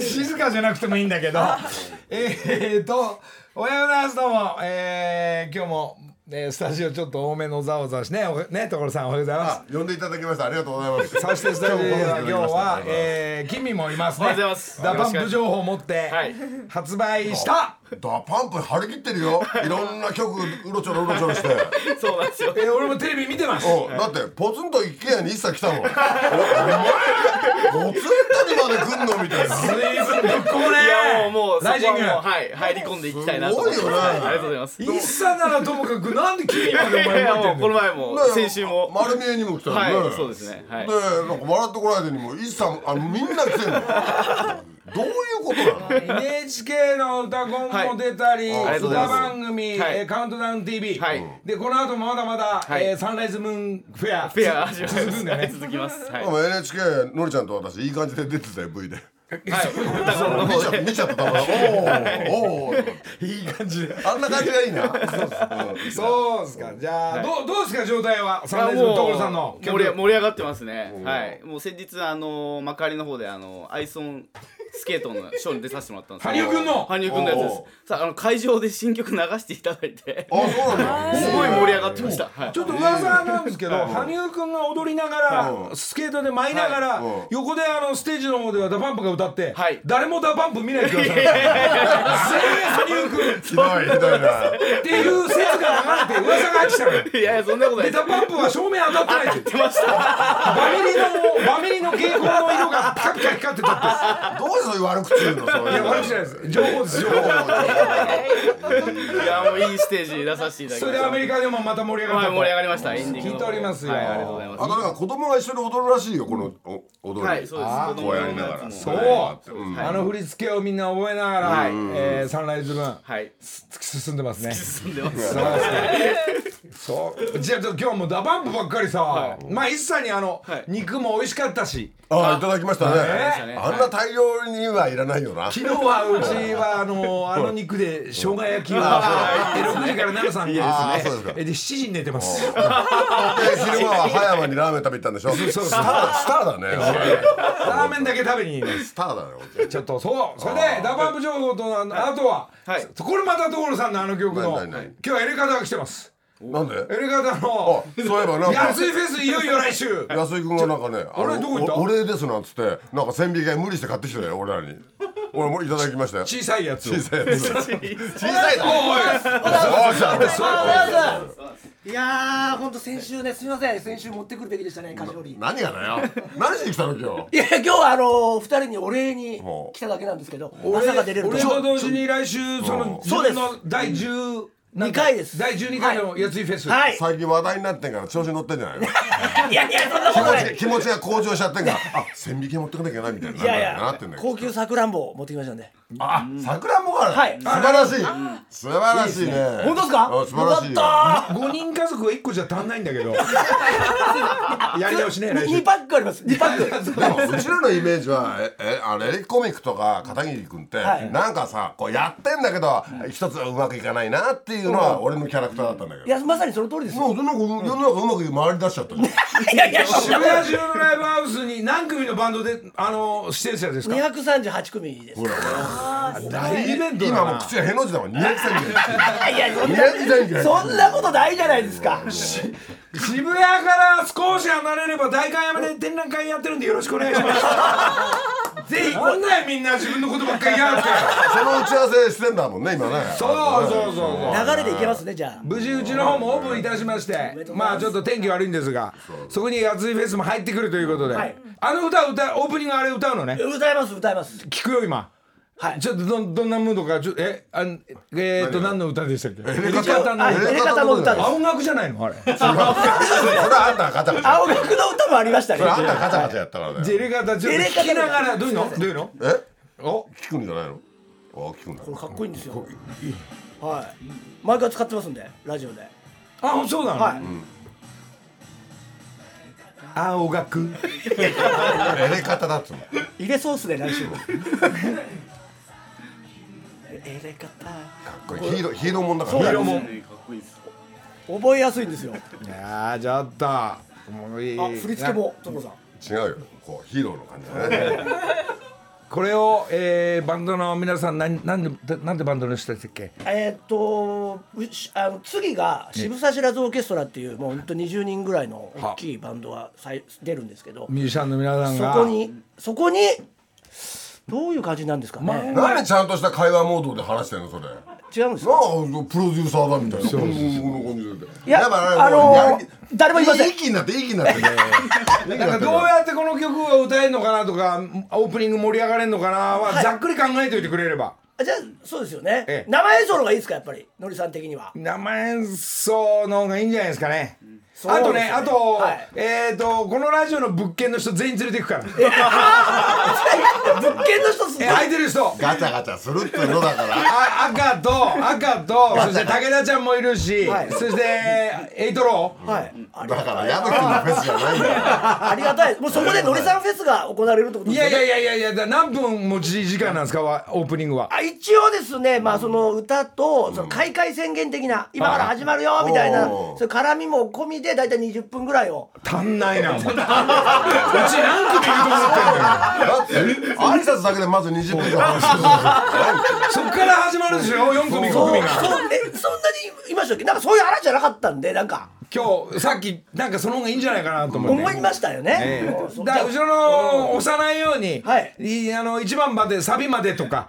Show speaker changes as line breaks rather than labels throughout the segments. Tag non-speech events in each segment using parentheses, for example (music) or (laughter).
静かじゃなくてもいいんだけどえーとおはようございますどうも、えー今日も、えースタジオちょっと多めのざわざわしねおね所さんおはようございます
呼んでいただきましたありがとうございます
そしてスタジオに
(laughs)
は今日は、
え
えー、キミもいます
お
ね
はようございます
ダパンプ情報を持って
はい
発売した、
ダパンプ張り切ってる (laughs) よいろんな曲うろちょろうろちょろ (laughs) して
そうなんですよ。
えー俺もテレビ見てます
おだってポツンと一軒家に一切来たもんおお前ポツンとにまで来んのみたいな
随分ぶっこむね
いやもうもうそ
ラ
こは
イジン
も
グ
うはい入り込んでいきたいなと思って。
すごいよな
はいありがとうございます。い
一切ならともかくなんでキミまでお
やい
前
や
持っ
も
て
うんこ
の
の前も先週も
丸見えにも来たもんね、
はいそうですねはい
で。なんか笑ってこないでにも一切あのみんな来てんのどういうことなの
NHK の「歌コン」も出たり、
はいありが
歌
とうございます
番組、
はい
えーカウントダウン TV」
はい
でこの後もまだまだ、
はい
えーサンライズムーンフェア
フェア始まり
続
ま
くん
す。
だよ
はい
ね
(laughs) 続きます。はい
で。も NHK のりちゃんと私いい感じで出てたよ V で
はい。歌子の
見
方
ちゃ
で。
見ちゃったたまらんおーおー
いい感じで
あんな感じがいいなうん
そうですかじゃあ、
い
どうどうですか状態はサン
あ
ライズの所さんの
盛り盛り上がってますね。はい。もう先日あの幕張の方であのアイソンスケートのショーに出させてもらったんです
羽生くんの
羽生くんのやつです
お。
さあの会場で新曲流していただいて
あ、そうなんだ。
すごい盛り上がってました。はい
ち。ょっと噂なんですけど、羽生くんが踊りながら、
うん
スケートで舞いながら、
いうん
横であのステージの方ではダパンプが歌って、
はい
誰もダパンプ見ないって言われた (laughs) 全員羽生くん
ひどいひどいな。
っていう説が流れて噂が入ってきたのよ
いやいやそんなことない
で
です。
ダパンプは照明当たってないって
出ました。
バメリのバメリの蛍光の色がピカピカ光ってた
どういうそういう悪口言うのそう
ってい
い
や
うの。
悪くないです情報です情報
いやもういいステージに出させていただき
そ
ま
れ
した
でアメリカでもまた盛り上がっ
は
た
い、
と
盛り上がりました。エンディングの
聞い
方。
ておりますよ
はい、ありがとうござい
あと
ま
なんか子供が一緒に踊るらしいよこのお踊る。
す。はい、そうです。
あー
子
こ
供
うや
用
りな
の
が
や
ら。
つ
そ
も。
う
うん
あの振り付けをみんな覚えながら、
はい
えーサンライズ分突
はい。
き進んでますね
(laughs) 進んでま
そうです
す。
ねそうじゃあ今日はもうダパンプばっかりさ、まあ一切にあの、
はい
肉も美味しかったし
あ、いただきました
ね
ね。あんな大量にはいらないよな。
昨日はうちはあのあの肉で生姜焼きを6時から奈良さんに
ああ、そうですか。
え
で
で7時に寝てます
昼間は葉山にラーメン食べに行ったんでしょ。スタースターだね。
(laughs) ラーメンだけ食べに行きます
スターだね。
ちょっとそうそれでダバンプ情報とあのあとは
はい
これまた所さんのあの曲の今
何何何
日はエレカタが来てます
なんで
エ？レカタ
あ
の、
そういえばなんか
安。いフェスいよいよ来
(laughs)
週
安井君がなんかね、あ
あれどこ行った
おお礼ですなんつって、なんか千匹が無理して買ってきたよ、俺らに。俺もいただきましたよ。
小さいやつを
小さいやつ。小さ
お
いの。
い
そうじゃん。
いやー、ほんと先週ね、すみません、先週持ってくるべきでしたね、菓子折り。
何がだよ何しに来たの今
いや、今日はあのー、二人にお礼に
ほう
来ただけなんですけど、まさか出れると
俺と同時に来週その自
そうで
分
す
の第10なんだ
二回です
第12回の安いフェス
は
日
い。
最近話題になってんから調子に乗ってんじゃないの
いやいや、そんなことない。
気持ちが向上しちゃってんからあ千匹持ってかなきゃいけないみたいに
い
な
やい
な
や
ってんだ、けど
高級さくらんぼ持ってきましたんで。
あ桜もある
はい
素晴らしい素晴らしいね
本当ですか
あ素晴らしい
よ
よ
か
5人家族は1個じゃ足んないんだ
(laughs)
けどやり直しね
った
来
ー
週
二パックあります、二パッ
(laughs)
ク。
でもうちらのイメージはええあのエレキコミックとか片桐君って、
はい
なんかさこうやってんだけど一つはうまくいかないなっていうのは俺のキャラクターだったんだけ
い
ど、
や、まさにその通りですよ。
もうなんか世の中うまく回り出しちゃったじゃん
いやいや、そん
渋
なことない
谷中のライブハウスに何組のバンドであの出演者ですか
238組です。
ほらほら
大イベントだな
今もう口がへの字だもん200千人
いやいや、そん
200千
な、
人
そんなことないじゃないですか。
渋谷から少し離れれば代官山で展覧会やってるんでよろしくお願いし (laughs) ます。ぜひこんなんやみんな自分のことばっかり言いやがって。
その打ち合わせしてんだもんね今ね
そうそうそうそう。
流れでいけますね、じゃあ。
無事うちの方もオープンいたしまして、まあちょっと天気悪いんですが、そこに熱いフェスも入ってくるということで、
はい
あの歌を歌うオープニングあれ歌うのね。
歌います、歌います。
聞くよ今。
はい
ちょっとどんどんなムードかちょっとえあんえー、っと何の歌でしたっけ？エ
レカタ
の
あ
歌
エレカタの歌です
あ。音楽じゃないのあ (laughs) れ。
それあんたがガチャガチャ
青学の歌もありました
それ
ね。
あんたがガチャガチャやったから
ジェ
ね
レガタちょっと聞きながらどういうのどういうの？
え
お
聞くんじゃないのあ聞くんだ
これかっこいいんですよ。はい。毎回使ってますんで、ラジオで。
あそうなの。
はい。
青学
エレカタだっつうの
入れそうっすね、来週も。えれ方。
これヒーローヒーローもんだから
そうだ
ね
よ
かっこいいです。
覚えやすいんですよ。
いやーちょっともういい
あ、振り付けも、所さん。
違うよこうヒーローの感じだね
これを、えーバンドの皆さん何なんでなんでバンドの人でしたっけ
えーっとうしあの次が渋沢知らずオーケストラっていうもうほんと20人ぐらいの大きいバンドがさい出るんですけど
ミュージシャンの皆さん
そ
が
こにそこにどういう感じなんですかね
なんでちゃんとした会話モードで話してんのそれなあ
違うんですか
プロデューサーだみたいなこんな感じで
いや
だから
あのー
もうやり
誰も言いません
いい気になっていい気になってねいい気にな
なんか
ってる
どうやってこの曲を歌えるのかなとかオープニング盛り上がれるのかなはざっくり考えておいてくれれば
あじゃあそうですよね、
ええ
生演奏の方がいいですかやっぱりのりさん的には
生演奏の方がいいんじゃないですかね
そう
あ
です
と
よ
ね
ね
あと、
はい (laughs)
えっ、とこのラジオの物件の人全員連れていくから
物件の人すご
え
い
空いてる人
ガチャガチャするっていうのだから
あ赤と赤とそして武田ちゃんもいるし、
はい
そしてエイトロー、
はいあり
だ
が
から
たい
矢吹のフェスじゃないんだよ
ありがたいもうそこでのりさんフェスが行われるってことで
い
すよ
や
ね
いやいやいやいやだ何分持ち時間なんですかわオープニングは
あ一応ですね、まあ、その歌とその開会宣言的な、今から始まるよみたいな、
おー
それ絡みも込みで大体20分ぐらいを
足んない
(laughs)
なお前うち何組いると思ってんのよ
だって挨拶だけでまず20分間話してる
そっから始まるでしょ4組5
そうそう
組
え
が
そんなにいましたっけなんかそういう話じゃなかったんでなんか
今日さっきなんかその方がいいんじゃないかなと思って
思いましたよね、
え
もうそ
え
う
だから後ろの押さないように、
はい
いあの1番までサビまでとか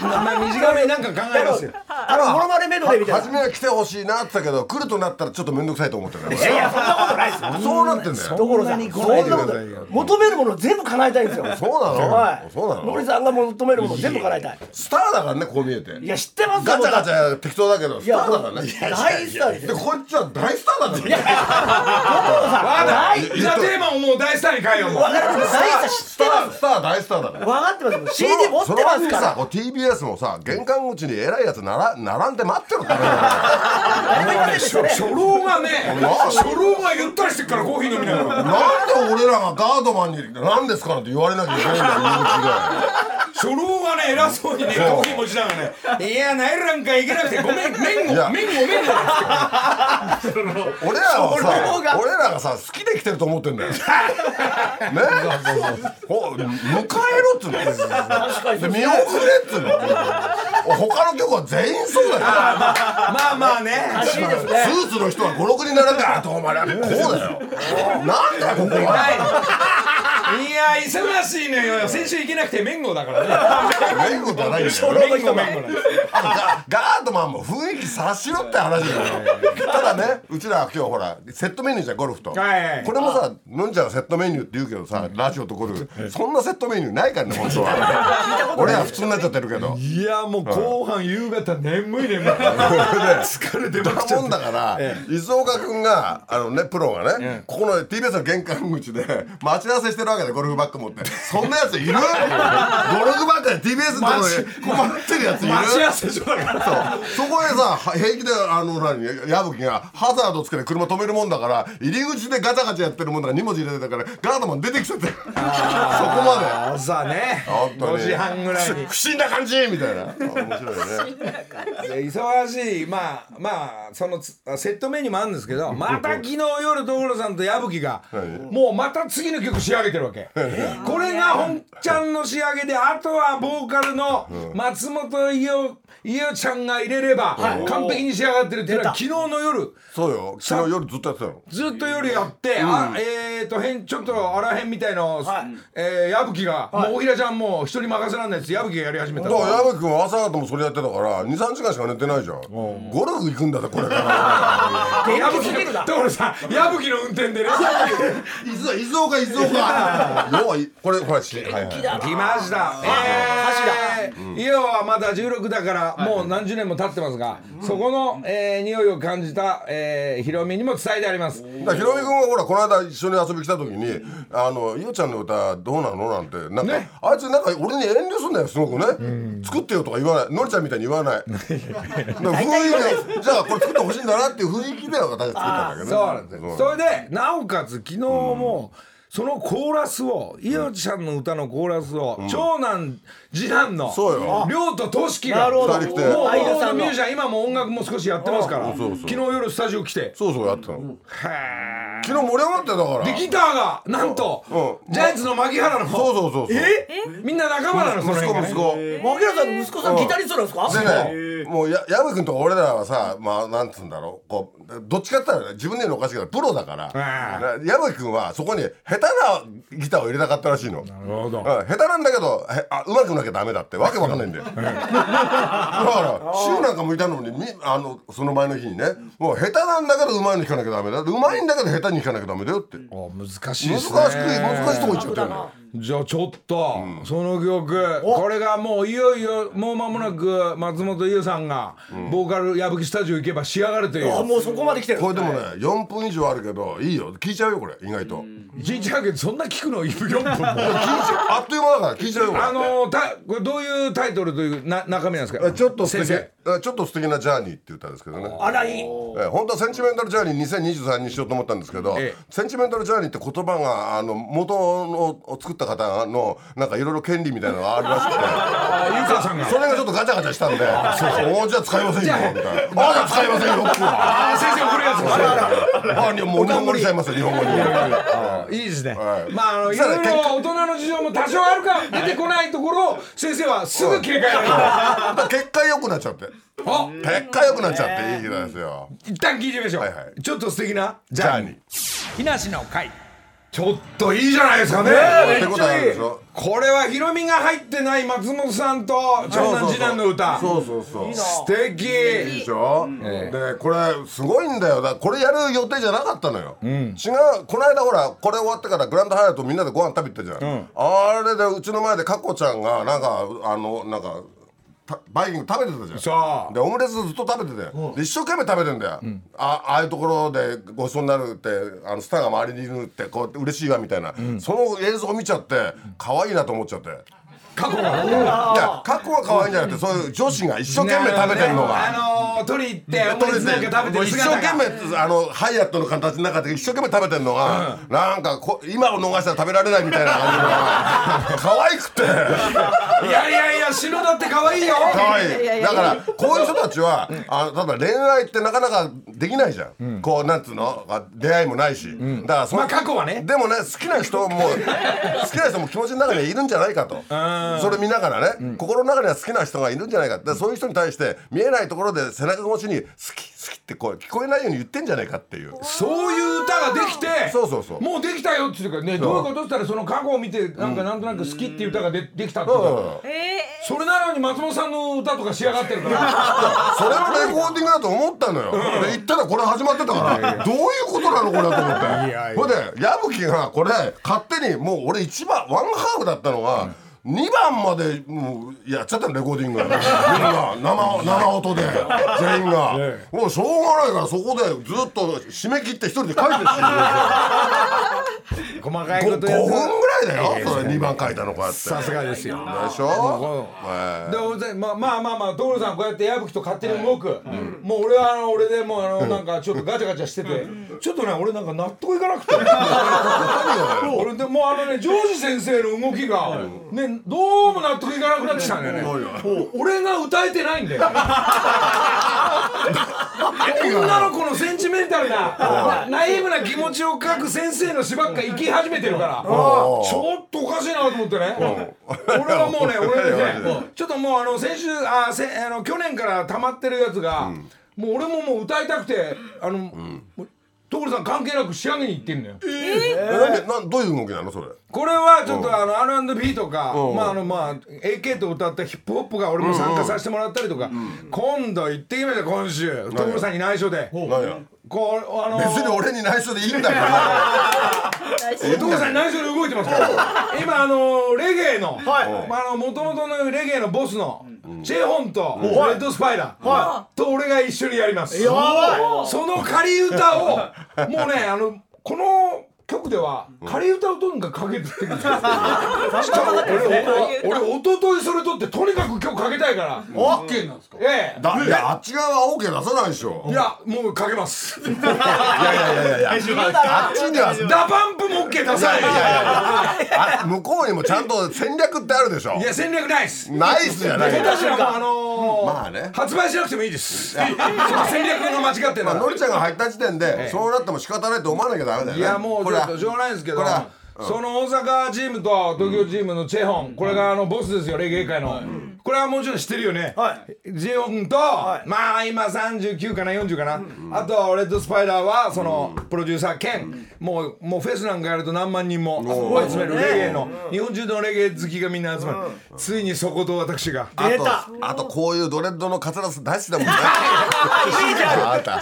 まあ短めになんか考えますよ
あのモノマネメドレーみたい
初
な
めは来てほしいなって言ったけど来るとなったらちょっと面倒くさいと思ってるから
いやいやそんなことないですよ
そうなってんだよ
どころさ
そんなに
ん
来ない
そ
で
ん
くだ
な
さ
こ
いよ
と求めるものを全部叶えたいんですよ
そうなの
はい
そうなの
のりさんが求めるものを全部叶えたい
スターだからねこう見えて
いや知ってますよ
ガチャガチャ適当だけどス
い
タ
や
ーだからね
大スターです
で
よ
こっちは大スターだからね
わかっ
い
たじゃあテーマをもう大スターに変えようもう
わかります大スター知
ス
っ
タ
てま
ースター大スターだから
すわかってますもん CD 持ってます
そ
か
の
ら
割にさこう TBS もさ玄関口に偉いやつなら並んで待ってろって話だから
ね初初老がね
まあ
初老がゆったりしてっからコーヒー飲みながら
なんで俺らがガードマンに何ですかなんて言われなきゃいけないんだよ
初老がね偉そうにねコーヒー持ちながらねいやナイルなんか行けなくてごめん麺
いや
を麺ごめんね
入り口が俺らは
それが
さ俺らがさ好きで来てると思ってん (laughs) だよねほ迎えろっつうので見送れっつうの他の曲は全員そうだよ
まあまあね
しいですね
スーツの人は56人並んであとお前らこうだよなんだよここは
はい。いや忙しいのよ。先週行けなくて麺号だからね。
メイクじゃないんだよ
麺号麺号なんです。
あとガガードマンも雰囲気察しろって話だよただねうちら今日ほらセットメニューじゃんゴルフと、
はいはい
これもさのんちゃんがセットメニューって言うけどさ、ラジオとゴルフそんなセットメニューないからね本当
(laughs)
は俺は普通になっちゃってるけど
いやもう後半夕方眠い眠い。疲れてま
だもんだから、伊豆岡君があのねプロがね、ここの TBS の玄関口で待ち合わせしてるわけでゴルフバッグ持ってそんなやつ
(laughs)
いるゴルフバッグで TBS のとこに困ってるやついる
待ち合わせ所だから。
そうそこへさ平気であの何矢吹がハザードつけて車止めるもんだから入り口でガチャガチャやってるもんだから荷物入れてたからガードマン出てきちゃってそこま
朝ね。
本当
5
に
時半ぐらいに
で。不審な感じみたいなあ面白いね
(laughs) で忙しいまあまあそのつセットメニューもあるんですけどまた昨日夜所さんと矢吹がもうまた次の曲仕上げてるわけこれが本ちゃんの仕上げであとはボーカルの松本伊代伊代ちゃんが入れれば完璧に仕上がってるっていうのは昨日の夜
そうよ昨日夜ずっとやってたの
ずっと夜やって、あえー、とへんちょっとあらへんみたいのを、
はい
えー矢吹が、もう大平ちゃんもう一人任せらんないっつって矢吹がやり始めた
だ
の
から矢吹君は朝方もそれやってたから23時間しか寝てないじゃんゴルフ行くんだぜこれ (laughs) から
矢
元気
吹
すぎる
の
な
所さん矢吹の運転でね
伊豆伊豆岡伊豆岡よういこれこれし、はいはい
来ました。えー、イオはまだ16だから、もう何十年も経ってますが、そこの、えー、匂いを感じた、えー、ヒロミにも伝えてあります。
だからヒロミ君はほらこの間一緒に遊び来た時に「あのゆうちゃんの歌どうなの?」なんてなんか、
ね
あいつなんか俺に遠慮すんだよすごくね、作ってよとか言わないのりちゃんみたいに言わない (laughs) だから雰囲気がじゃあこれ作ってほしいんだなっていう雰囲気で私作ったんだけどね
そうなんですよ。それで、なおかつ昨日も、そのコーラスを猪木さんの歌のコーラスを、長男次男の
そうよ
亮と俊樹
な
が
るほど
二人来て
もう
相田
俺
さ
の
ん
ミ
の
ュージシャン今も音楽も少しやってますから
そうそう
昨日夜スタジオ来て
そうそうやってたの
へー
昨日盛り上がってたから
でギターがなんと
うん
ジャイアンツの牧原の
そうそうそうそう
えみんな仲間なのその
息
辺
子
がね
息子
マキラさんの息子さんギタリストなんですか
でねもうや矢部君とか俺らはさまあなんつうんだろうこうどっちかって言ったら自分で言うのおかしいからプロだから
あ
矢部君はそこに下手なギターを入れたかったらしいの。
なるほど
うん下手なんだけどへあうまくなきゃダメだってわけわかんないんだよだから週なんか向いたのにみあのその前の日にねもう下手なんだけどうまいの弾かなきゃダメだうまいんだけど下手に弾かなきゃダメだよって
あ難しい
難
で
し
す
く
ね
難しいとこ行っちゃった
楽だ
よね
な
じゃあちょっと、その曲これがもういよいよもう間もなく松本優さんがボーカル矢吹スタジオ行けば仕上がるという、
あもうそこまで来てる
これでもね4分以上あるけどいいよ聞いちゃうよこれ意外と
聞いちゃうけどそんな聞くの4分も
聞いちゃ (laughs) うあっという間だから聞いちゃうよこれ
あのーたこれどういうタイトルというな中身なんですか
えちょっと素
先
敵
生
えちょっと素敵なジャーニーって言ったんですけどね
あらいい
え本当はセンチメンタルジャーニー2023にしようと思ったんですけど、
ええ
センチメンタルジャーニーって言葉があの元のを作った方のなんかいろいろ権利みたいなのがあるら
あ優香さん
し
が (laughs)
くてそれがちょっとガチャガチャしたんで「おーじゃあ使いませんよ」みたいな「あーじゃあ使いませんよ」っていうあ
あ先生送るやつあらあら
ーにもう日本語にしちゃいますよ日本語に。
いいですね、
はい
まああのい
さあ
ろいろ
結果
大人の事情も多少あるから出てこないところを先生はすぐ切り替えられ
(laughs)
る
だから結果良くなっちゃって
あ
結果良くなっちゃっていい日なんですよ。
一旦聞いてみましょう、
はいはい
ちょっと素敵な
ジャーニー。
木梨の会ちょっといいじゃないですかね
ってことはあるでしょ
これはヒロミが入ってない松本さんと長男次男の歌
そうそうそう。
素敵
でしょ、でこれすごいんだよだからこれやる予定じゃなかったのよ、違うこの間ほらこれ終わってからグランドハイアットみんなでご飯食べてたじゃん、あれでうちの前でカコちゃんがなんかあのなんかたバイキング食べてたじゃん
そう
でオムレツずっと食べてて、で一生懸命食べてんだよ、あああいうところでごちそうになるってあのスターが周りにいるってこうやって嬉しいわみたいな、その映像を見ちゃって可愛いなと思っちゃって。
過去が
いや過去は可愛いんじゃなくてそういう女子が一生懸命食べてるのが、
あのー取り行ってオムレツなんか食べてる
一
姿
生
が
懸命あのハイアットの形の中で一生懸命食べてるのが、なんかこ今を逃したら食べられないみたいな感じのが可愛くて
いやいやいや篠田って可愛いよ
可愛いだからこういう人たちは、あのただ恋愛ってなかなかできないじゃん、こうなんつうのあ出会いもないし、だからその
まあ過去はね
でもね好きな人も好きな人も気持ちの中にはいるんじゃないかとそれ見ながらね、心の中には好きな人がいるんじゃないかでそういう人に対して見えないところで背中越しに「好き好き」って声聞こえないように言ってんじゃないかっていう。
そういう歌ができて
そうそうそう
もうできたよって言うからねどういうことって言ったらその過去を見てなんかなんとなく好きっていう歌がでできたっていうからそれなのに松本さんの歌とか仕上がって
(laughs)
るから
それのレコーディングだと思ったのよ。で行ったらこれ始まってたから、どういうことなのこれと思って。ほいで、矢吹がこれ、勝手にもう俺一番、ワンハーフだったのが、2番までもうやっちゃったのレコーディングみんな生生音で全員がもうしょうがないからそこでずっと締め切って一人で書い (laughs) てるし
細か
5, 分ぐらいだよそれ2番書いたのこうやって
さすがですよ
でし
も
ょ
う
ええ
で俺でまあまあまあまあ所さんこうやって矢吹と勝手に動く、もう俺はあの俺でもうあのなんかちょっとガチャガチャしててちょっとね俺なんか納得いかなくて俺でもうあのねジョージ先生の動きがねどうも納得いかなくなってきたんだよね
そうよ
もう俺が歌えて (laughs) ないんだよ女の子のセンチメンタルななナイーブな気持ちを書く先生の詩ばっか行き始めてるからちょっとおかしいなと思ってね俺はもうね俺
いやい
で
や
ねちょっともうあの先週あせあの去年から溜まってるやつが、もう俺ももう歌いたくてあの、もう所さん関係なく仕上げに行ってんのよ
えなんでなんどういう動きなのそれ
これはちょっとあの R&B とか、まああのまあ AK と歌ったヒップホップが俺も参加させてもらったりとか、今度行ってきました今週所さんに内緒で
何や
こうあの
別に俺に内緒でいいんだから
所さんに (laughs) 内緒で動いてますから今あのレゲエの、まああの元々のレゲエのボスの、チェホンとレッドスパイダー、と俺が一緒にやります、その仮歌をもうねあのこの曲では仮歌をとにかくかけてってくるんですよしかも俺俺俺一昨日それ撮ってとにかく曲かけたいから
オッケーなんですか
ええ
だいやあっち側は OK 出さないでしょ
いやもうかけます
いやいやいやいやあっちには
ダパンプも OK ですてください
いやいやいやあ向こうにもちゃんと戦略ってあるでしょ
いや戦略ないっす
ナイスじゃないよ
私らもあのー
まあね
発売しなくてもいい (laughs) ですその戦略が間違ってん
まあ
な
のりちゃんが入った時点でそうなっても仕方ないと思わなきゃダメだよね
いやもうち
これ
ょっとしょうがないんですけど
これは
その大阪チームと東京チームのチェホンこれがあのボスですよレゲエ界のこれはもちろん知ってるよねジェホンとまあ今39かな40かなあとレッドスパイダーはそのプロデューサー兼もうもうフェスなんかやると何万人も集めるレゲエの日本中のレゲエ好きがみんな集まるついにそこと私が
あ
出
と
た
あとこういうドレッドのカツラス大好き
(laughs)
だもんねあなたあなた好き
メージあるわ
だか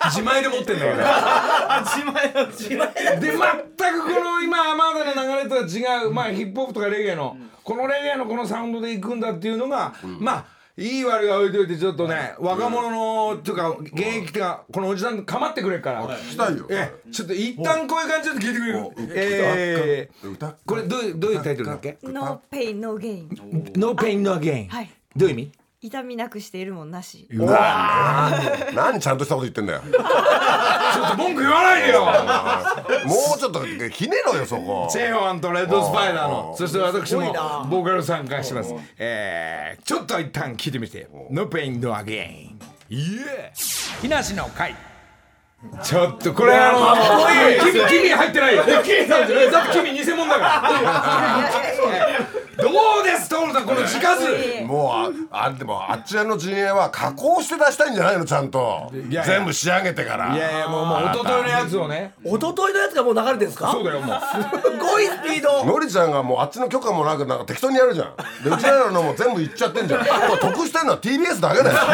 ら
自前で持ってんだから
あ自前の自前
で全くこの今までの流れとは違う、まあ、ヒップホップとかレゲエの、このレゲエのこのサウンドでいくんだっていうのが、まあいい悪いは置いといてちょっとね、若者の、っていうか現役っていうかこのおじさん構ってくれっから、
したいよ
ええちょっと一旦こういう感じで聞いてくれる、えー
歌っ
これどういうどういうタイトルだっけ
No pain, no gain。
?No pain no gain、
はい。
どういう意味
痛みなくしているもんなし。
うわ何ちゃんとしたこと言ってんだよ
ちょっと文句言わないでよ
もうちょっとひねろよそこ
チェホンとレッドスパイダーのそして私もボーカル参加してますえー、ちょっと一旦聞いてみて「No Pain No Again」イエー木梨の会ちょっとこれあの君君入ってないよ君だって君偽物だ (laughs) からどうですトールさんこの字数
もうああでもあっちの陣営は加工して出したいんじゃないのちゃんと
いや
全部仕上げてから
いやいやもうもう一昨日のやつをね
一昨日のやつがもう流れてるんですか
そうだよもう
すごいスピード
のりちゃんがもうあっちの許可もなくなんか適当にやるじゃんでうちらのも全部言っちゃってんじゃんこれ得してんのは TBS だけだよ
確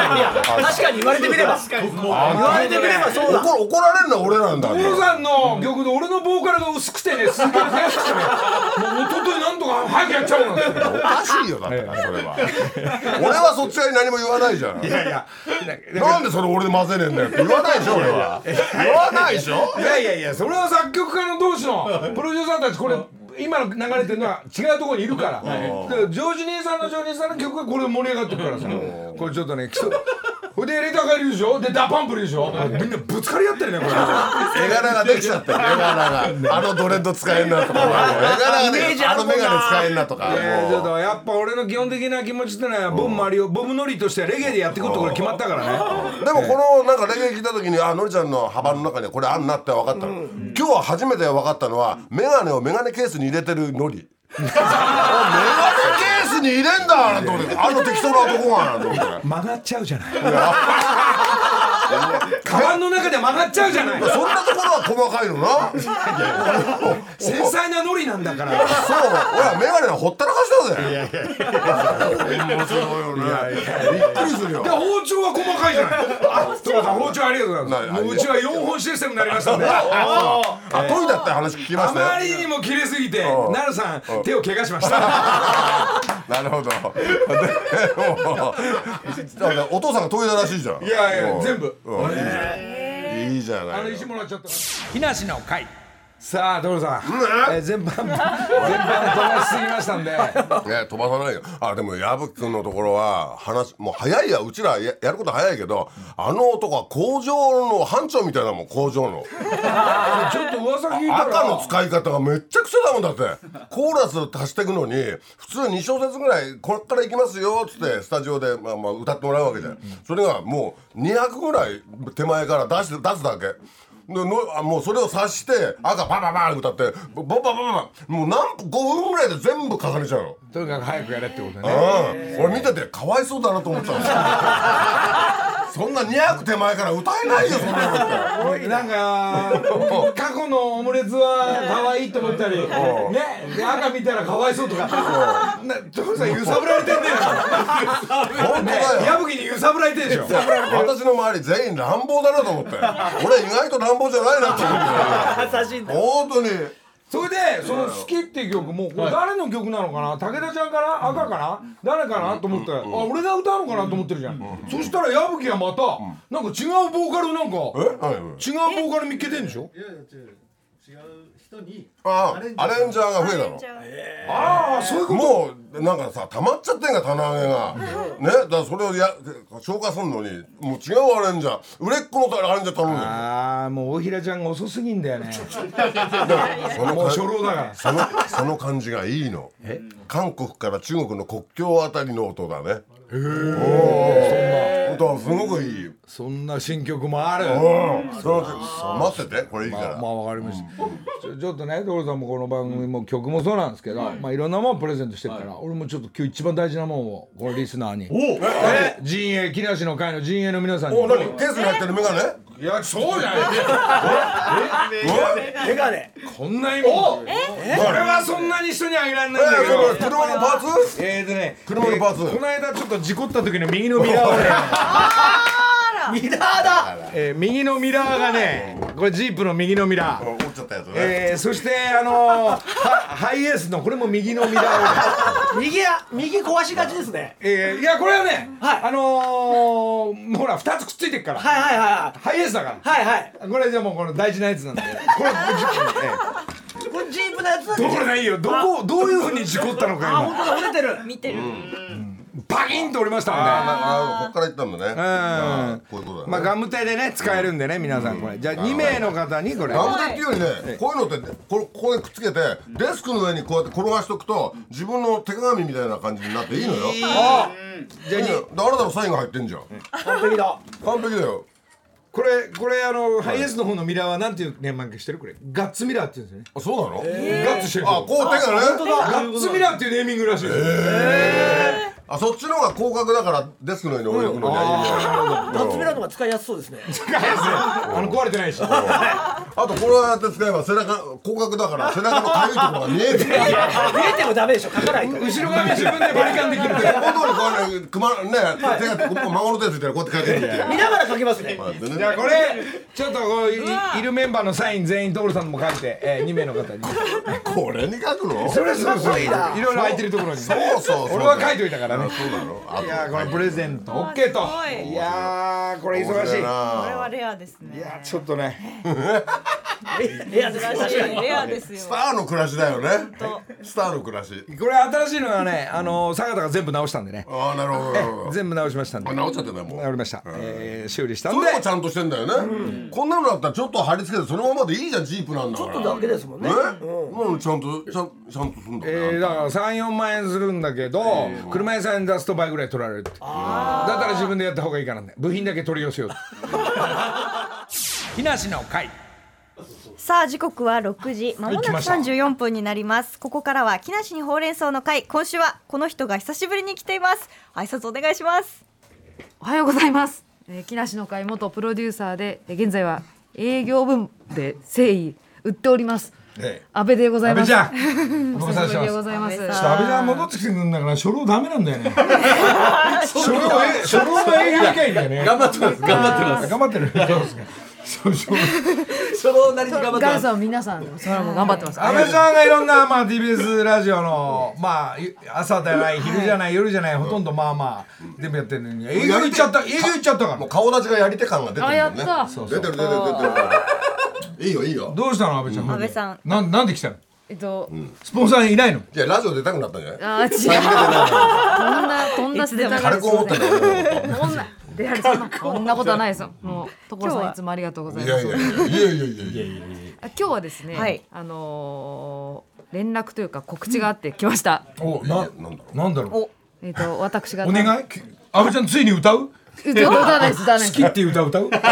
かに言われてみれば言われてみればそうだ
怒怒られるのは俺なんだ
トールさんの曲で俺のボーカルが薄くてねすげえ悔しくてねもう一昨日なんとか早くやっちゃおうなんて
おかしいよだってなそれは俺はそっち側に何も言わないじゃん
いやいやだから
なんでそれ俺で混ぜねえんだよって言わないでしょ俺は言わないでしょ
いやいやいやそれは作曲家の同士のプロデューサーたちこれ今の流れてるのは違うところにいるから、だからジョージ兄さんのジョージ兄さんの曲がこれで盛り上がってるからさ、これちょっとね基礎ほいでレタがいるでしょでダパンプいるでしょ、みんなぶつかり合ってるねこれ
絵柄ができちゃってる絵柄があのドレッド使えんなとかもう絵柄が
イメ
で
ー
き
ジ
あ
あ
の
るもんな
眼鏡使えんなとかもう
えーちょっとやっぱ俺の基本的な気持ちってのはボンマリオボブノリとしてレゲエでやっていくってこれ決まったからね
でもこのなんかレゲエ聞いた時にあのりちゃんの幅の中にはこれあんなって分かったの、今日は初めて分かったのは眼鏡を眼鏡ケースに入れてるのり眼鏡ケースに入れんだなんて思ってあの適当な男がなんて思って
曲がっちゃうじゃないカバンの中で曲がっちゃうじゃない
そんなところは細かいのな
繊細なノリなんだから
そう俺は眼鏡はほったらかしたぜいやいや面白いよねびっくりするよ
で包丁は細かいじゃない。あ、そうだ包丁ありがとうござい
な
ま
い
す。もううちは四本システムになりましたんで。
あ研いだって話聞きま
あ
した
ま
よ
りにも切れすぎて、
うん
なるさん手を怪我しました。
なるほどでもう
(laughs)
だからお父さんが研いだらしいじゃん
いやい
も
や
う
全部。
うんいいじゃんいいじゃ
あ
な
の
い
石もらっちゃった。日梨の会。さあ、ドルさん、えー全般、全般飛ばしすぎましたんで、
ね飛ばさないよあでも矢吹君のところは話もう早いやうちらややること早いけどあの男は工場の班長みたいだもん工場の
ちょっと噂聞いたら、
赤の使い方がめっちゃくちゃだもんだってコーラス足していくのに普通2小節ぐらいこれからいきますよっつってスタジオで、まあ、まあ歌ってもらうわけじゃんそれがもう200ぐらい手前から出して出すだけでのあもうそれを察して赤バババーン歌ってボババババもう何5分ぐらいで全部重ねちゃうの。
とにかく早くやれってことね。
うん、俺見ててかわいそうだなと思ってたんですよそんな200手前から歌えないよそんなのって。
なんか過去のオムレツは可愛いと思ったりねで赤見たらかわいそうとかな所さん揺さぶられてんね
本当だよ
え矢吹に揺さぶられてんでしょ
いや私の周り全員乱暴だなと思って俺意外と乱暴じゃないなと思って
優しいんだ
本当に
それでその「好き」っていう曲もこれ誰の曲なのかな武田ちゃんかな赤かな誰かなと思ってあ俺が歌うのかなと思ってるじゃんそしたら矢吹がまたなんか違うボーカルなんか
え何
違うボーカル見っけてんでしょ
違う人に
ああアレンジャーが増えたの
ああそういうこ
もうなんかさ溜まっちゃってんが棚上げがねだからそれをや消化するのにもう違うアレンジャー売れっ子のアレンジャー頼む
と
の
ああもう大平ちゃんが遅すぎんだよね
その
もう
感
初老だから
そのその感じがいいの韓国から中国の国境あたりの音だねへえすごくいい、うん、
そんな新曲もある
その待っててこれいいか
まあ
ら、
まあわかりました、ちょちょっとね所さんもこの番組も曲もそうなんですけど、まあいろんなもんプレゼントしてるから、俺もちょっと今日一番大事なもんをこのリスナーにえ陣営木梨の会の陣営の皆さんに
お何ケースに入ってるメガネ
いやそうじゃない
メガネ
こんなにもえこれはそんなに人にあげられないんだけど
え車のパーツ
えーとね
車のパーツ
えこの間ちょっと事故った時の右のミラーをね
ミラーだ
えー右のミラーがねこれジープの右のミラー
折っちゃったやつね、
えーそしてあのーはハイエースのこれも右のミラーをね
右や右壊しがちですね
えーいやこれはね、
はい
あのーほら2つくっついてるから、
はいはいは
ハイエースだか
いはいはいはい
らこれじゃあもうこの大事なやつなんでこれ、え
これジープのやつだ
えどこないよどこどういうふうに事故ったの
あ
か
本当だ折れてる
見てる
今バキンと折りましたもんね
あああこっから行ったんだね、まあこういうことだね、
まあガムテでね使えるんでね皆さんこれじゃあ2名の方にこれ
ガムテっていうよりね、こういうのって、これ、ここでくっつけて、デスクの上にこうやって転がしとくと、自分の手鏡みたいな感じになっていいのよ。いいよ
じゃあに
であなたのサインが入ってんじゃん。
完璧だ
完璧だよ。
これこれあのハイエースの方のミラーはなんていう年満期してるこれガッツミラーっていうんですよね
あ、そうなの。
ガッツしてる
あ、こう手がね。
ガッツミラーっていうネーミングらしいですよ
あ、そっちの方が広角だから、デスクの上に置いとくのにはいいんだよ。
ガッツミラーの方が使いやすそうですね
あの壊れてないし
あと、これをやって使えば、背中、広角だから、背中のかゆいところが見える。
見えてもダメでしょ書かないと
後ろ髪自分でバリカンできるって
本当にこうやって、くま、ね、手が、ここ孫の手ついたら、こうやって書いてるっていう。
見ながら書きますね
まあでね
じゃあこれちょっとこういいるメンバーのサイン全員所さんも書いて、えー、2名の方に
これに書くの。
それそうそういろいろ空いてるところに
そうそうそう。
俺は書いといたからね
あそうなの。あ
いやーこれプレゼント OK と
すごい
いやーこれ忙
面
し
白
いい
な
これはレアですね
やーちょっとね
レアです
珍し
確かに
いレアですよ
スターの暮らしだよね。スターの暮らし。
これ新しいのはねあのー坂田が全部直したんでね
ああ、なるほどな
(laughs)
るほど。
全部直しましたんで
あ直っちゃってんだよもう。
直りました、えー、修理したん
そ
で
れもちゃんとしてんだよね。こんなのだったらちょっと貼り付けてそのままでいいじゃんジープなんだ
ち
か
ょっ
ら。
とだけですもんね
ね、うん、ちゃんとちゃんちゃんとすんだ
えー、だから34万円するんだけど、車屋さんに出すと倍ぐらい取られるってだったら自分でやった方がいいからね部品だけ取り寄せよう (laughs) と木梨の会
さあ時刻は6時まもな
来
く
ました
34分になりますここからは木梨にほうれん草の会今週はこの人が久しぶりに来ています挨拶お願いします
おはようございます、えー木梨の会元プロデューサーで、えー現在は営業部で誠意売っております、
ええ
安倍でござい
阿部
ます
ちゃんご無沙汰
お
し
久
て
しぶりでご
ます
ざいます
安倍
阿部ちゃん戻ってきてくんだから初老ダメなんだよ (laughs) ね初老え初老の営業理解だよね頑張ってます頑張ってます頑張ってるそうですかそうそう
そのなりに頑張って
ガ
ま
ル
す
さん皆さんそれはもう頑張ってます
安倍さんがいろんな、まあ、TBS ラジオの、まあ、ゆ朝じゃない昼じゃない夜じゃないほとんどまあまあ全部やってるのに営業行っちゃった営業行っちゃったから
もう顔立ちがやり手感が出てるもん
あ
ね。
やった
出てる出てる出てる。いいよいいよ。
どうしたの安倍ちゃん。
安倍さん
なんなんで来たの？
えっと、
スポンサーいないの？
じゃあラジオ出たくなったんじゃない？
あー違う
(laughs)
(laughs) こんなこんな捨てた
軽く思ったんだよ。俺のこ
こんなでやるそんなこんなことはないですよもう所さんいつもありがとうござ
と
い
い
ま
や
す
いやいやいやいやいやいやいや。
あ今日はですね、
はい
あのー連絡というか告知があって来ました、
お
ななんだろう
なんだろ
えっと私が
う。お願い。安倍ちゃんついに歌う？
歌わないです歌わない
好
で
き
す
っていう歌歌う？ボーカ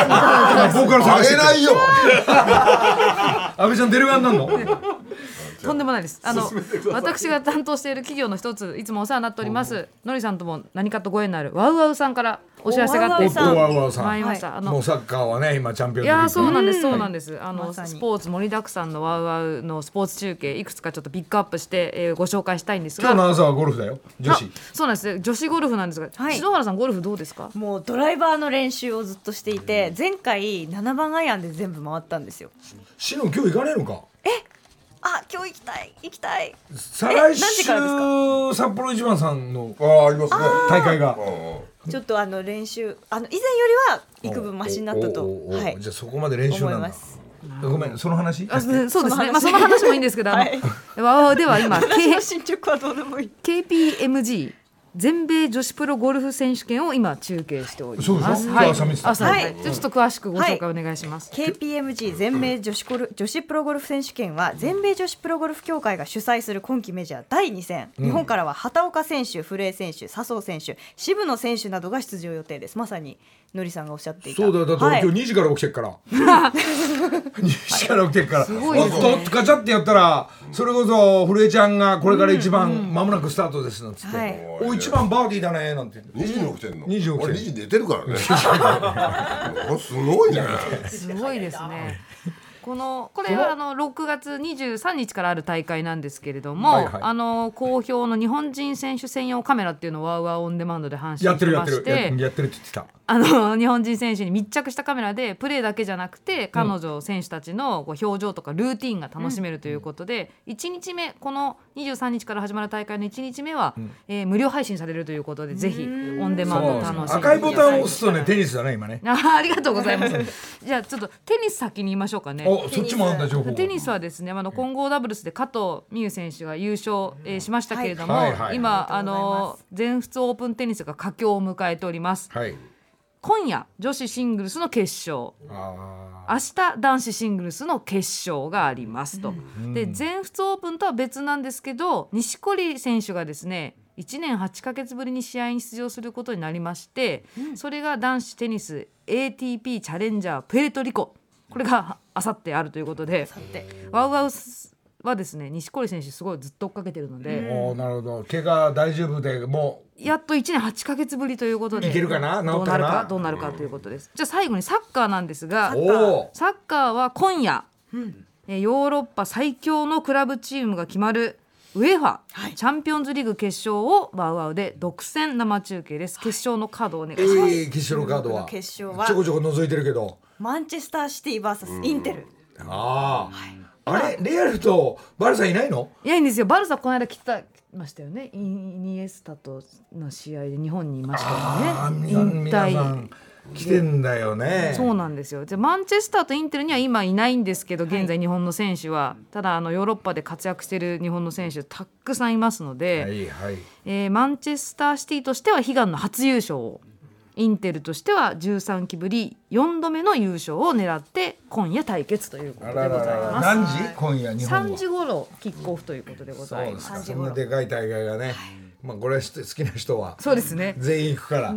ル
あ
探し
げ
て。
ないよ。
安倍ちゃん出る側になるの？
とんでもないです。あの私が担当している企業の一ついつもお世話になっておりますのりさんとも何かとご縁のあるワウワウさんからお知らせがあって
お
おわおわさ
参り
ん。
ました。あ
もう
の
サッカーはね今チャンピオンズ
い
リ
やー
ーグ
そうなんですそうなんです。あ
ま
の
さに
スポーツ盛りだくさんのワウワウのスポーツ中継いくつかちょっとピックアップして、えーご紹介したいんです
今日
が。
の朝はゴルフだよ女子
あ。そうなんです女子ゴルフなんですが、
はい
篠原さんゴルフどうですか
もうドライバーの練習をずっとしていて前回7番アイアンで全部回ったんですよ
シノン今日行かねえのか？
あ今日行きたい行きたい
再来週
何時からです
札幌一番さんの
ああありますね。
大会が。
うんうん
ちょっとあの練習あの以前よりは幾分マシになったと
おおおお
はい
じゃあそこまで練習
思い
なん
ま
だ。
す
ごめんその話
あそうそうですね。まあ
そ
そ
の
の
話
話もいいんですけど、あの
はい
わわわで
(laughs)
は今
私
K
の進捗はどうで
(laughs)
もいい
KPMG 全米女子プロゴルフ選手権を今中継しております。
そうでしょ
はい。
朝見てた
朝はい
はい
じゃあちょっと詳しくご紹介お願いします。
KPMG 全米女子ゴル女子プロゴルフ選手権は全米女子プロゴルフ協会が主催する今季メジャー第2戦、日本からは畑岡選手古江選手笹生選手渋野選手などが出場予定ですまさにのりさんがおっしゃっていた
そうだよだって
は
俺
い
今日2時から起きてっから2時から起きてっから
ごいですね
おっとガチャってやったらそれこそ古江ちゃんがこれから一番まもなくスタートですなんつって
はい
「お一番バーディーだね」なんて言って
2時に起きてんの
2時に起きてる
俺2時に寝てるからねこれすごいね
すごいですね。このこれはあの6月23日からある大会なんですけれども、
はいはい
あの好評の日本人選手専用カメラっていうのをワウワウオンデマンドで販
や
売
っ
してて
るやっ
ま
て
し
る
て
やっやってるって言ってた
あの日本人選手に密着したカメラでプレーだけじゃなくて彼女選手たちのこう表情とかルーティンが楽しめるということで、1日目この23日から始まる大会の1日目は、えー無料配信されるということでぜひオンデマンド楽しんでくださ
赤いボタンを押すとねテニスだね今ね
(laughs) あーありがとうございます。 (laughs) じゃあちょっとテニス先に言いましょうかね。
おそっちもあんだ情報
(laughs) テニスはですね、あの混合ダブルスで加藤美優選手が優勝、えーしましたけれども、
はいはいはい
今
あ
あ
りがとうございま
の全仏オープンテニスが佳境を迎えております。
はい
今夜女子シングルスの決勝、
あ
明日男子シングルスの決勝がありますと、で全仏オープンとは別なんですけど錦織選手がですね1年8ヶ月ぶりに試合に出場することになりまして、それが男子テニス ATP チャレンジャープエルトリコこれがあさってあるということで
って
ワウワウはですね錦織選手すごいずっと追っかけてるの
ー
で、
おーなるほど怪我大丈夫でも
やっと1年8ヶ月ぶりということで
いけるかな治
ど
っ
う
たか
なる
な
かどうなるかということです。じゃあ最後にサッカーなんですが
うおお
サッカーは今夜、えーヨーロッパ最強のクラブチームが決まる UEFA、チャンピオンズリーグ決勝をワウワウで独占生中継です。決勝のカードをお願いし
え
ます。
ー決勝のカードは
決勝は
ちょこちょこ覗いてるけど
マンチェスターシティ VS インテル
あああれレアルとバルサいないの
いやいいんですよ。バルサこの間来てた来ましたよね。イイニエスタとの試合で日本にいました
ああ
よね。
み
引
皆さ
退。
ん来てんだよね
そうなんですよ。じゃあマンチェスターとインテルには今いないんですけど、現在日本の選手は、ただあのヨーロッパで活躍している日本の選手たくさんいますので、
はいはい
えーマンチェスターシティとしては悲願の初優勝をインテルとしては13期ぶり4度目の優勝を狙って今夜対決というこ
あ
と
ら
でご
ら
ざい
ら
ます。
何時今夜日本
3
は
時頃キックオフということでござい
そう
ま。
ですすかそんなでかい大会がねまあこれは好きな人は
そうですね。
全員行くから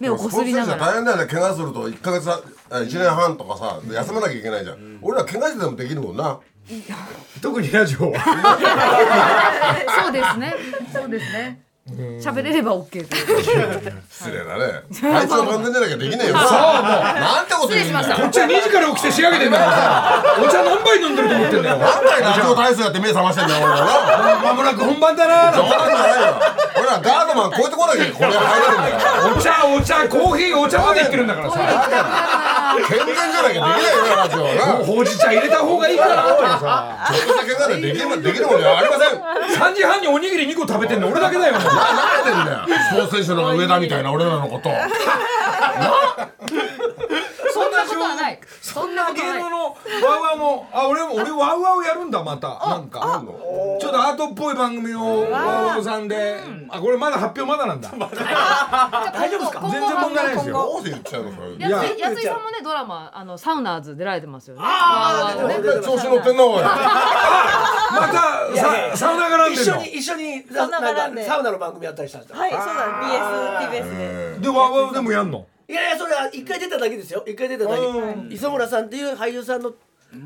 目をこすりなが
スポーツ選手は大
ら。
変だよね怪我すると1か月さあ一年半とかさ休まなきゃいけないじゃん俺ら怪我してでもできるもんな
特にラジオは
そうですね。そうですね。喋れれば OK ということで。
失礼だね体調完全じゃなきゃできねえよそうもうなんてこと言うんだよ
こっちは2時から起きて仕上げてんだからさお茶何杯飲んでると思ってんだよ
何回ラジオ体操やって目覚ましてんだよ俺らな
まもなく本番だな
冗談じゃないよ俺らガードマン超えてこなきゃこれ入れるんだよ
お茶お茶コーヒーお茶まで言ってるんだからさ
健全じゃなきゃできないよラジオ
も
は
うほう
な
じ茶入れた方がいいかなとかさ
ちょっとした怪我でできるできるもんじゃありませ
3
ん
時半におにぎり2個食べてんの俺だけだよもう
なめてんだよスポーツ選手の方が上だみたいな俺らのこと
そんなことはない。そんなこと
ゲ
は
ー
ない
ム。のワウワウもあ俺も俺ワウワウやるんだまたなんかちょっとアートっぽい番組をワウワウさんであこれまだ発表まだなんだ
大丈夫ですか
全然問題ないですよ
どうして言っちゃうのそれ
いや
安井安井さんもねドラマあのサウナーズ出られてますよね。
俺ら調子乗ってんなおい
またさサウナがなんでん
一緒
の
に一緒に
そんな
なん
絡ん
か
で
サウナの番組やったりしたんですよ
はいそうだ BSTBS で
でワウワウでもやんの
いやいやそれは一回出ただけですよ一回出ただけ磯村さんっていう俳優さんの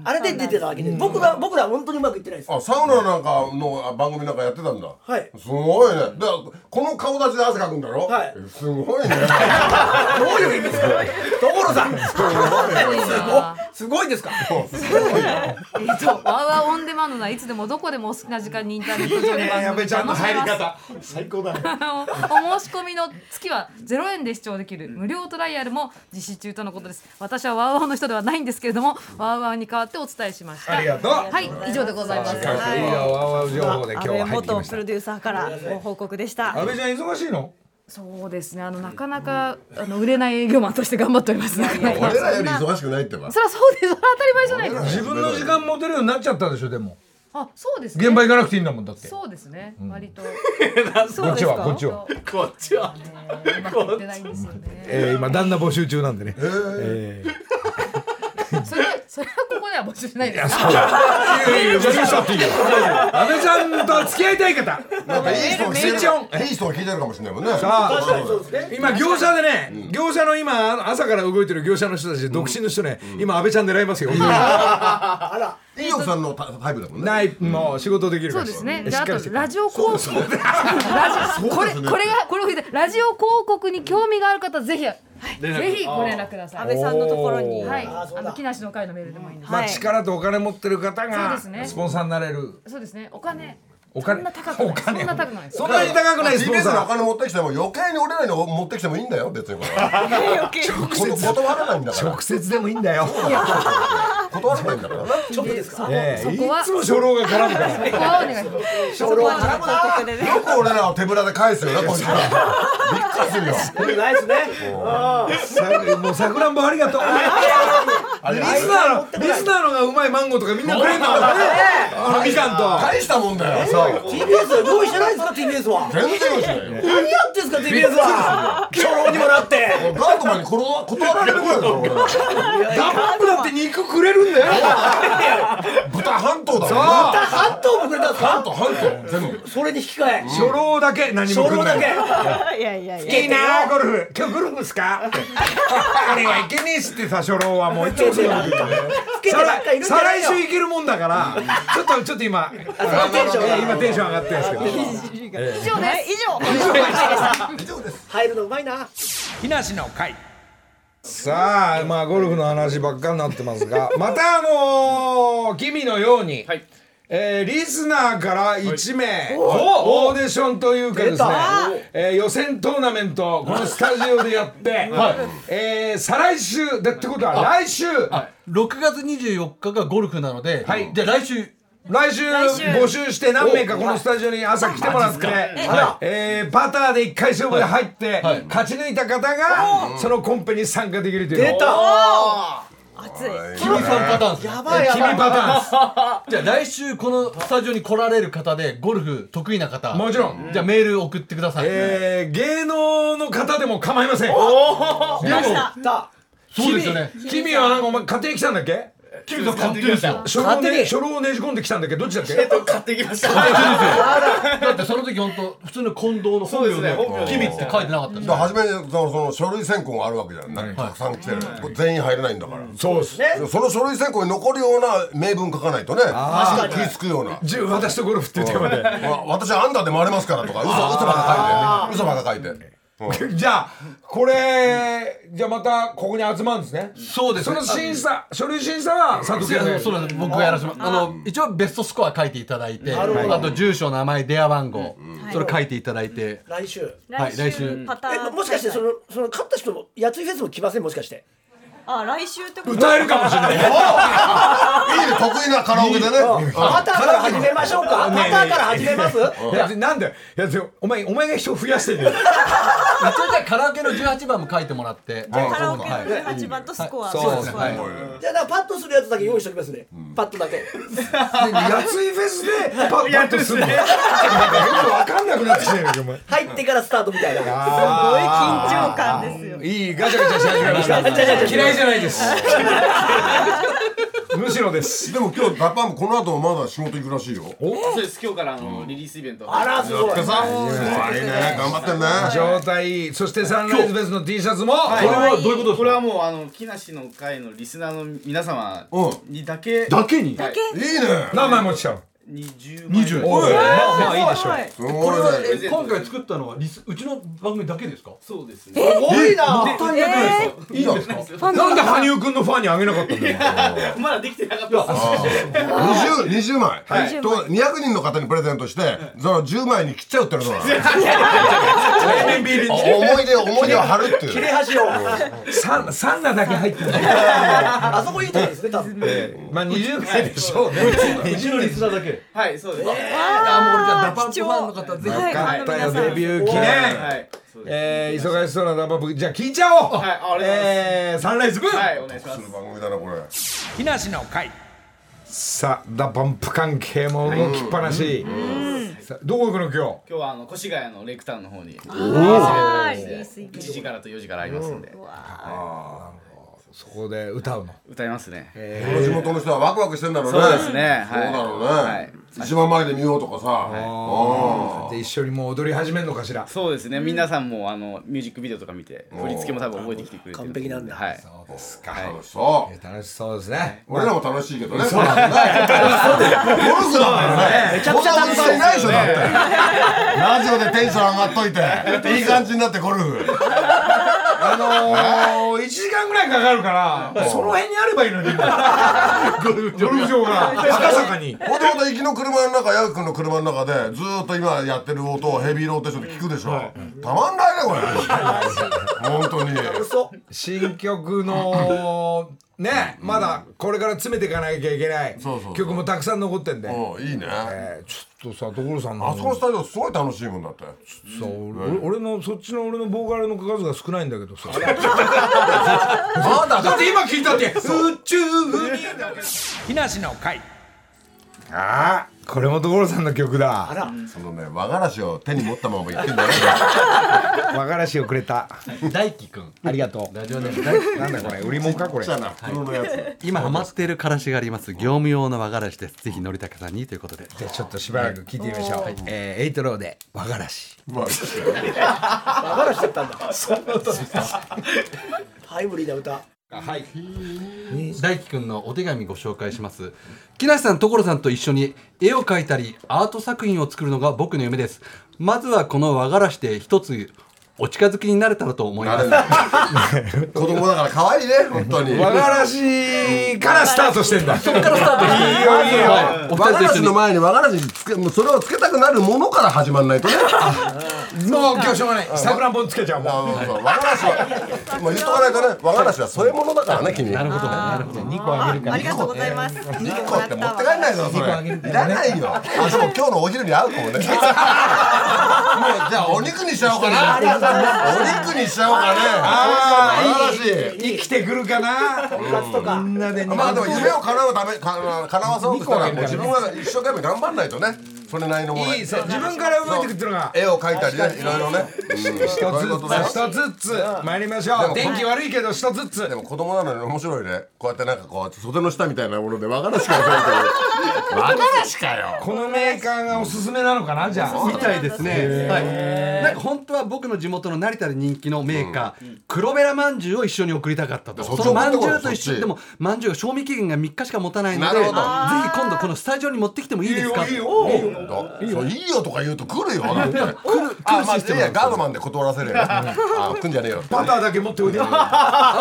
あれで出てただけで僕ら僕らは本当にうまくいってないです
あサウナなんかの番組なんかやってたんだ
はい
すごいねでこの顔立ちで汗かくんだろ
はい
えすごいね
どういう意味ですか所さんすごいですか
えっと、ワウワウオンデマンドならいつでもどこでもお好きな時間にインターネット上で番組
(laughs) やべちゃんの入り
楽しめ
方最高だね
ますお申し込みの月は0円で視聴できる無料トライアルも実施中とのことです私はワウワウの人ではないんですけれどもワウワウに代わってお伝えしました
ありがとう
はい以上でございます
いいよワウワウ情報で
安
今日は
倍
入ってき
元
まし
プ
た
ロデューサーからご報告でした
安倍ちゃん忙しいの
そうですねあのなかなかあの売れない営業マンとして頑張っております、ね、それは
俺らより忙しくないってば
そうですそれは当たり前じゃないですか
自分の時間持てるようになっちゃったでしょでも
あそうですね
現場行かなくていいんだもんだって
そうですね、割と
こっちはこっちは
こっちは、ね、うまくいってないんですよね
えー今旦那募集中なんでねえー
それはそれはここでは募集しないですか
いやいや募集しなくていいよ安倍さんと付き合いたい方
なんかいい人
メール
が聞いて
メールちょん
るいい人が聞いてるかもしれないもんね
あ
そうそう
今業者でね業者の今朝から動いてる業者の人たち独身の人ね今安倍ちゃん狙いますよ
いい奥さんのタタイプだもんね
ないもう仕事できるか
そう
ら
ですね。で
しっ
あ
かりして
とラジオ広告、ラジオこれこれがこれを聞いてラジオ広告に興味がある方ぜひぜひご連絡くださ
安
い。
倍さんのところに
はい、あの木梨の会のメールでもいいです。
まあ力とお金持ってる方が
そうですね
スポンサーになれる
そうですね。お金
お
そ
金
んな高くない。そんな高くないです。
そんなに高くないスポン
TBS のお
サ
金持ってきても余計に俺らに持ってきてもいいんだよ別にこれはこの断らないんだか
ー
ら
直接でもいいんだよ
断らないんだからな
ええ
そ
い
こは
つも初老が絡むから
ここはお願いします。
そこは広告でね
よく俺らを手ぶらで返すよなこいつらびっくりするよ
ないですね。
さ (laughs) もうさくらんぼありがとう
あれ
リスナーのリスナーのがうまいマンゴーとかみんなくれんだからねあのみかんと
大したもんだよ
TBS 用意してないですか TBS は。
全然よしないよ
何やってんすか TBS は。初老にもなって。
ガードマンに断断られるぐらいだろ俺ら
ダバップだって肉くれるんだよ
豚半島だろ
半島もくれたんですか。
半島半島全部
それに引き換え。
初老だけ何も
初
くれ
老
な
だ
い
け。
いやいやいや
いいなあゴルフ今日ゴルフっすかってあれはいけねえしってさ初老はもういつもそうなんだよね
老けてばっかいるんじゃ
再
な
来週
いよ
いけるもんだからちょっとちょっと今
テンションが
今テンション上がってるんですけど
以上です以上
入るのうまいな。
木梨の会さあまあゴルフの話ばっかになってますがまたあのー君のように、
はい
えーリスナーから1名、おオーディションというかですね、えー予選トーナメントこのスタジオでやって、えー再来週だってことは来週
6月24日がゴルフなので、
はい
じゃあ来週
来週募集して何名かこのスタジオに朝来てもらって、えーパターで1回勝負で入って、
はい
勝ち抜いた方がそのコンペに参加できるという
出た。
熱い
君3パターンです
やばいや
君パタ
ばい。
ーンです
じゃあ来週このスタジオに来られる方でゴルフ得意な方
もちろん
じゃあメール送ってください、
えー、芸能の方でも構いません。
でも
だ。
そうですよね
君君はなんかお前勝手に来たんだっけ？
君が勝手ですよ
初老
勝手
ね
に
初老をねじ込んできたんだっけどっちだっけ？
買ってきました
だってその時本当普通の近藤の本名で「君」って書いてなかったんですよ
だから初めにそのその書類選考があるわけじゃん、たくさん来てる、これ全員入れないんだから、
そうです。
その書類選考に残るような名分書かないとね気つくような
十私とゴルフっていうテーマで。
わ私アンダーで回れますからとか嘘嘘ばっか書いて嘘ばっか書いて
じゃあこれじゃあまたここに集まるんですね。
そうです
そ
ね
の審査書類審査は佐藤
いやそう
健で
そうなんです僕がやらせてもあの一応ベストスコア書いていただいてあと住所名前電話番号それ書いていただいて
来週。
はい来週
来週パター
え
ン
もしかしてそのその勝った人もやついフェスも来ませんもしかして。
あ来週ってこと
歌えるかもしれない。
いいね得意なカラオケでね
パターから始めましょうか。パターから始めます。
いやなんでいやでもお前お前が人を増やしてるんだよ。
一応じゃあカラオケの18番も書いてもらって
カラオケの18番とスコアそうスコア
はい
じゃあだからパッとするやつだけ用意しておきますね。パッとだけ。
やついフェスでパッパッとするの。なんかよくわかんなくなってきてるよお前。
入ってからスタートみたいな。
すごい緊張感ですよ
いいガチ (laughs) ャガチャし始めました。嫌いじゃないです。 (laughs) むしろです。
でも今日ダパンもこの後まだ仕事行くらしいよ
そうです今日からあのリリースイベント
あらすごい。
さすごいね頑張ってんね
状態いいそしてサンライズベースの T シャツも。
これは
どういうことですか
これはもうあの木梨の会のリスナーの皆様にだけ
だけに
はい
いいね
何枚持ちちゃう。
20万
20
おい、まあまあいいでしょう。
すごいね
え
今回作ったのはリスうちの番組だけですか
そうですね
すごいな。
いいじゃないですか
なんで羽生くんのファンにあげなかったんだよ。
まだできてなかったです
20 20枚と200人の方にプレゼントしてその10枚に切っちゃうってのはどうなの思い出を思い出を張るっていう
切れ端を。
(laughs) サンサンナだけ入ってる。
あそこいいとこですね。多分。
まあ二十回でしょうね。
うちのリスナーだけ
はいそうで
あも
す
う俺じゃあダパン
貴
プ
重
ファンの方ぜひ
はい
よかったよ
皆さん
デビュー記
は
念。
い
えー忙しそうなダバプじゃあ聞いちゃおう、
はいありがとうございます
えーサンライズブーン、
はいお願いします
する番組だなこれ
木梨の会さあダパンプ関係も動きっぱなし、さあどこ行くの今日
今日はあの越谷のレイクタウンの方に
はーいリースイ
1時からと4時からありますんで
そこで歌うの
歌いますね
この地元の人はワクワクしてんだろうね
そうですね
そう
はい
だろうね、
はい
一番前で見ようとかさ、あ
で一緒にもう踊り始めるのかしら
そうですね皆さんもあのミュージックビデオとか見て振り付けも多分覚えてきてくれてる
完璧なんだ
はい
そうですか、
あ楽しそう、
えー (laughs) 楽しそうですね、
俺らも楽しいけどねそうだねゴルフだからねめちゃくちゃ楽しいないでしょだってラジオでテンション上がっといていい感じになってゴルフ
あのー、1時間ぐらいかかるからその辺にあればいいのに (laughs) ゴルフ場が赤坂に
ほとほと行きの車の中、ヤく君の車の中で、ずーっと今やってる音をヘビーローテーションで聞くでしょ。たまんないね、これ。本当に。
新曲 (laughs) のねまだこれから詰めていかなきゃいけない
そうそう
曲もたくさん残ってんで、
うん、いいね。あ
えーちょっとさ所さんの
そこのスタジオすごい楽しいもんだって。
さ俺俺のそっちの俺のボーカルの数が少ないんだけどさ
まだ
だって今聞いたって宇宙に日梨の会ああこれも所さんの曲だ
そのね、和がらしを手に持ったまま言ってんだよ。
和がらしをくれた
大輝くん
ありがと
ラジオネーム大輝
うなんだこれ売り物かこれ
ちっちゃな袋のや (laughs) つ。
今ハマっているからしがあります業務用の和がらしですぜひのりたけさんにということで
じゃあちょっとしばらく聞いてみましょう、えーエイトローで和がらし
まあ、
話だったんだ。そんな歌ハイブリッドな歌。
はい
大輝くんのお手紙ご紹介します木梨さん所さんと一緒に絵を描いたりアート作品を作るのが僕の夢ですまずはこの和がらしで一つお近づきになれたらと思い
あ
ます
れだ。子供だから可愛いね、本当に。
和
和
がらしからスタートしてんだそっからスタートいいよいいよ
はいお
が
二
ら
人
し
と一緒
の
に
前に和がらしつけ、もうそれをつけたくなるものから始まんないとね。
もう今日しょうがないさくらんぼつけちゃうもん
(laughs) あそうそう和がらしは、まあ、言っとかないとね、 (laughs) 和がらしは添え物だからね、君。
なるほどなるほど
2個あげるか
ありがとうございます。二
2個
個もら
っ
ってた
持
わ
って帰んないぞそれ
あげるか
いらないよあでも今日のお昼に合う (laughs) かもねもうじゃあお肉にしちゃおうかなお肉にしちゃおうかね
あ
あ素晴らし
生きてくるかな
部活とか。
みんなで
いまあでも夢を叶うためか叶わそうとしたらもう自分が一生懸命頑張んないとねそれなりのもの
いいそう自分から動いてくっていうのが
絵を描いたりねいろいろね
一
一
つずつ一つずつ参りまし
で
ょう
も
天気悪いけど一つずつ
でも子供なのに面白いねこうやってなんかこう袖の下みたいなもので和がらしからてる和がらしかよ
このメーカーがおすすめなのかなじゃあ
みたいですね。はい。なんか本当は僕の地元の成田で人気のメーカー、黒べらまんじゅうを一緒に送りたかったと。
そっち
そのまんじゅ
送っ
う
てこと
と一
そっ
緒
ち
でもまんじゅうが賞味期限が3日しか持たないの
な
で、
る
ぜ
ほ
ひ
ど
今度このスタジオに持ってきてもいいですか。
よいいよ
いいよいいよとか言うと来るよだって
来る来
あ
る、
まあ、
システ
い
ムな
や
んですよ
ガードマンで断らせるよ。あ、来んじゃねえよ。
バターだけ持っておいでよ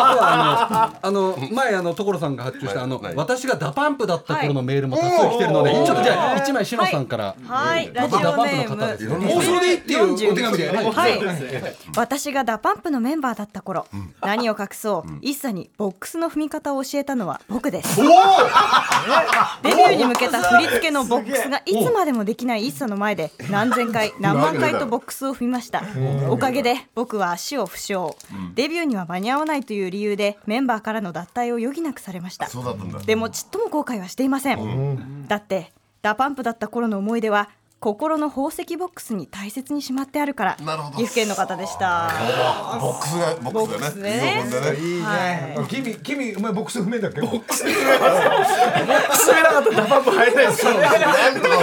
あとはあのあの前あの所さんが発注したあの
はい
私がダパンプだった頃のメールも多数来てるので、
はい
ちょっとじゃあ一枚篠さんから。
はい、ラジオネ
ダパンプの方です
ー
ね
ム。
妄想でいいっていうお手紙だよね
はい、私がダパンプのメンバーだった頃、何を隠そう、一茶にボックスの踏み方を教えたのは僕です。 (laughs) デビューに向けた振り付けのボックスがいつまでもできない一茶の前で何千回何万回とボックスを踏みました。おかげで僕は足を負傷、デビューには間に合わないという理由でメンバーからの脱退を余儀なくされました。
そうだったんだ。
でもちっとも後悔はしていません、だってダパンプだった頃の思い出は心の宝石ボックスに大切にしまってあるから
なるほど
岐阜県の方でした
ボックスが、ボックスだね。
ボックスね
リモコンでね。
いいね君君お前ボックス踏めんだっけボックス
進めなかったらダパンプ入れないです
なんとか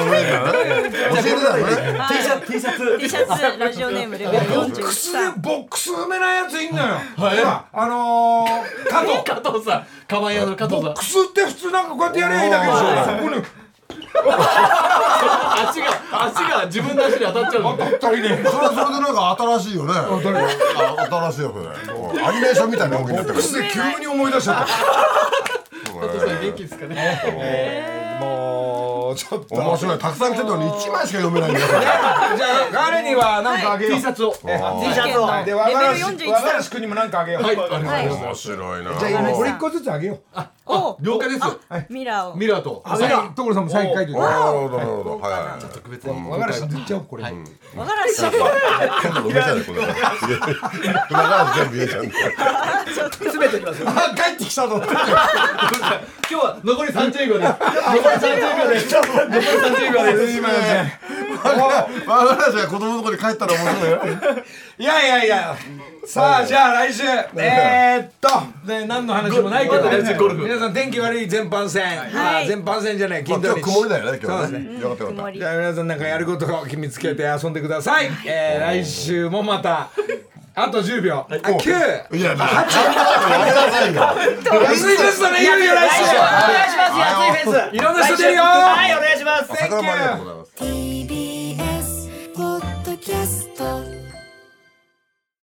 俺らね。教えてたのね。
T シャツ T シャツ。
T シャツラジオネームレベル
ボックス
43
でボックス埋めないやついんのよ。ほらあのー、加藤。
加藤さん、カバン屋の加藤さ
ボッ
ん
ク。スって普通なんかこうやってやりゃいいだけでしょ。ここに
足が足が自分の足に当たっちゃうの。
当たりね。
それはそれでなんか新しいよね。あ新しいよ、それ。もうアニメーションみたいな動きになって
ボッ
る
ク。スで急に思い出しちゃった。
元気ですかね。
もうちょっと。
面
じ
白い。たくさん来てるのに1枚しか読めないんだよ。
ゃあ彼には何かあげよう。
T シャツを。
岐阜県の
で和がらし
レベル
和がら
41
し君にも何かあげよう。
はい、わかりました。
面白いな。
じゃあ今これ一個ずつあげよう。
お
了解です
あミラーを
ミラーと
サイン所さんもサイン書いて
なるほどなるほどはいはい
ちょっと特別に
わからし塗っちゃおうこれ、
わからん
(laughs)
し
今度ごめんなさいねこれだから全部言えちゃうんだ
詰めてきますよ
あ帰ってきたぞ
今日は残り30秒です
(laughs)
残り30秒です残り30秒です
すいません
わがらしが子供の頃に帰ったら面白いよ
いやいやいやさあじゃあ来週えー、っと、ね、何の話もないけど、ね、皆さん天気悪い全般戦、
はい
あ全般戦じゃない
まあ
金
今
土
日
日
曇りだよね今日
そうで
ねよかったよかった
り
じゃあ皆さんなんかやることを見つけて遊んでください、えー、来週もまたあと10秒、あ9
いや、だから、やめなさいよ。
安いですねいよいよ来週
お願いします安いフェンス
いろんな人出るよ
はいお願いします
桜もありがとうございます。
TBS ポッドキャスト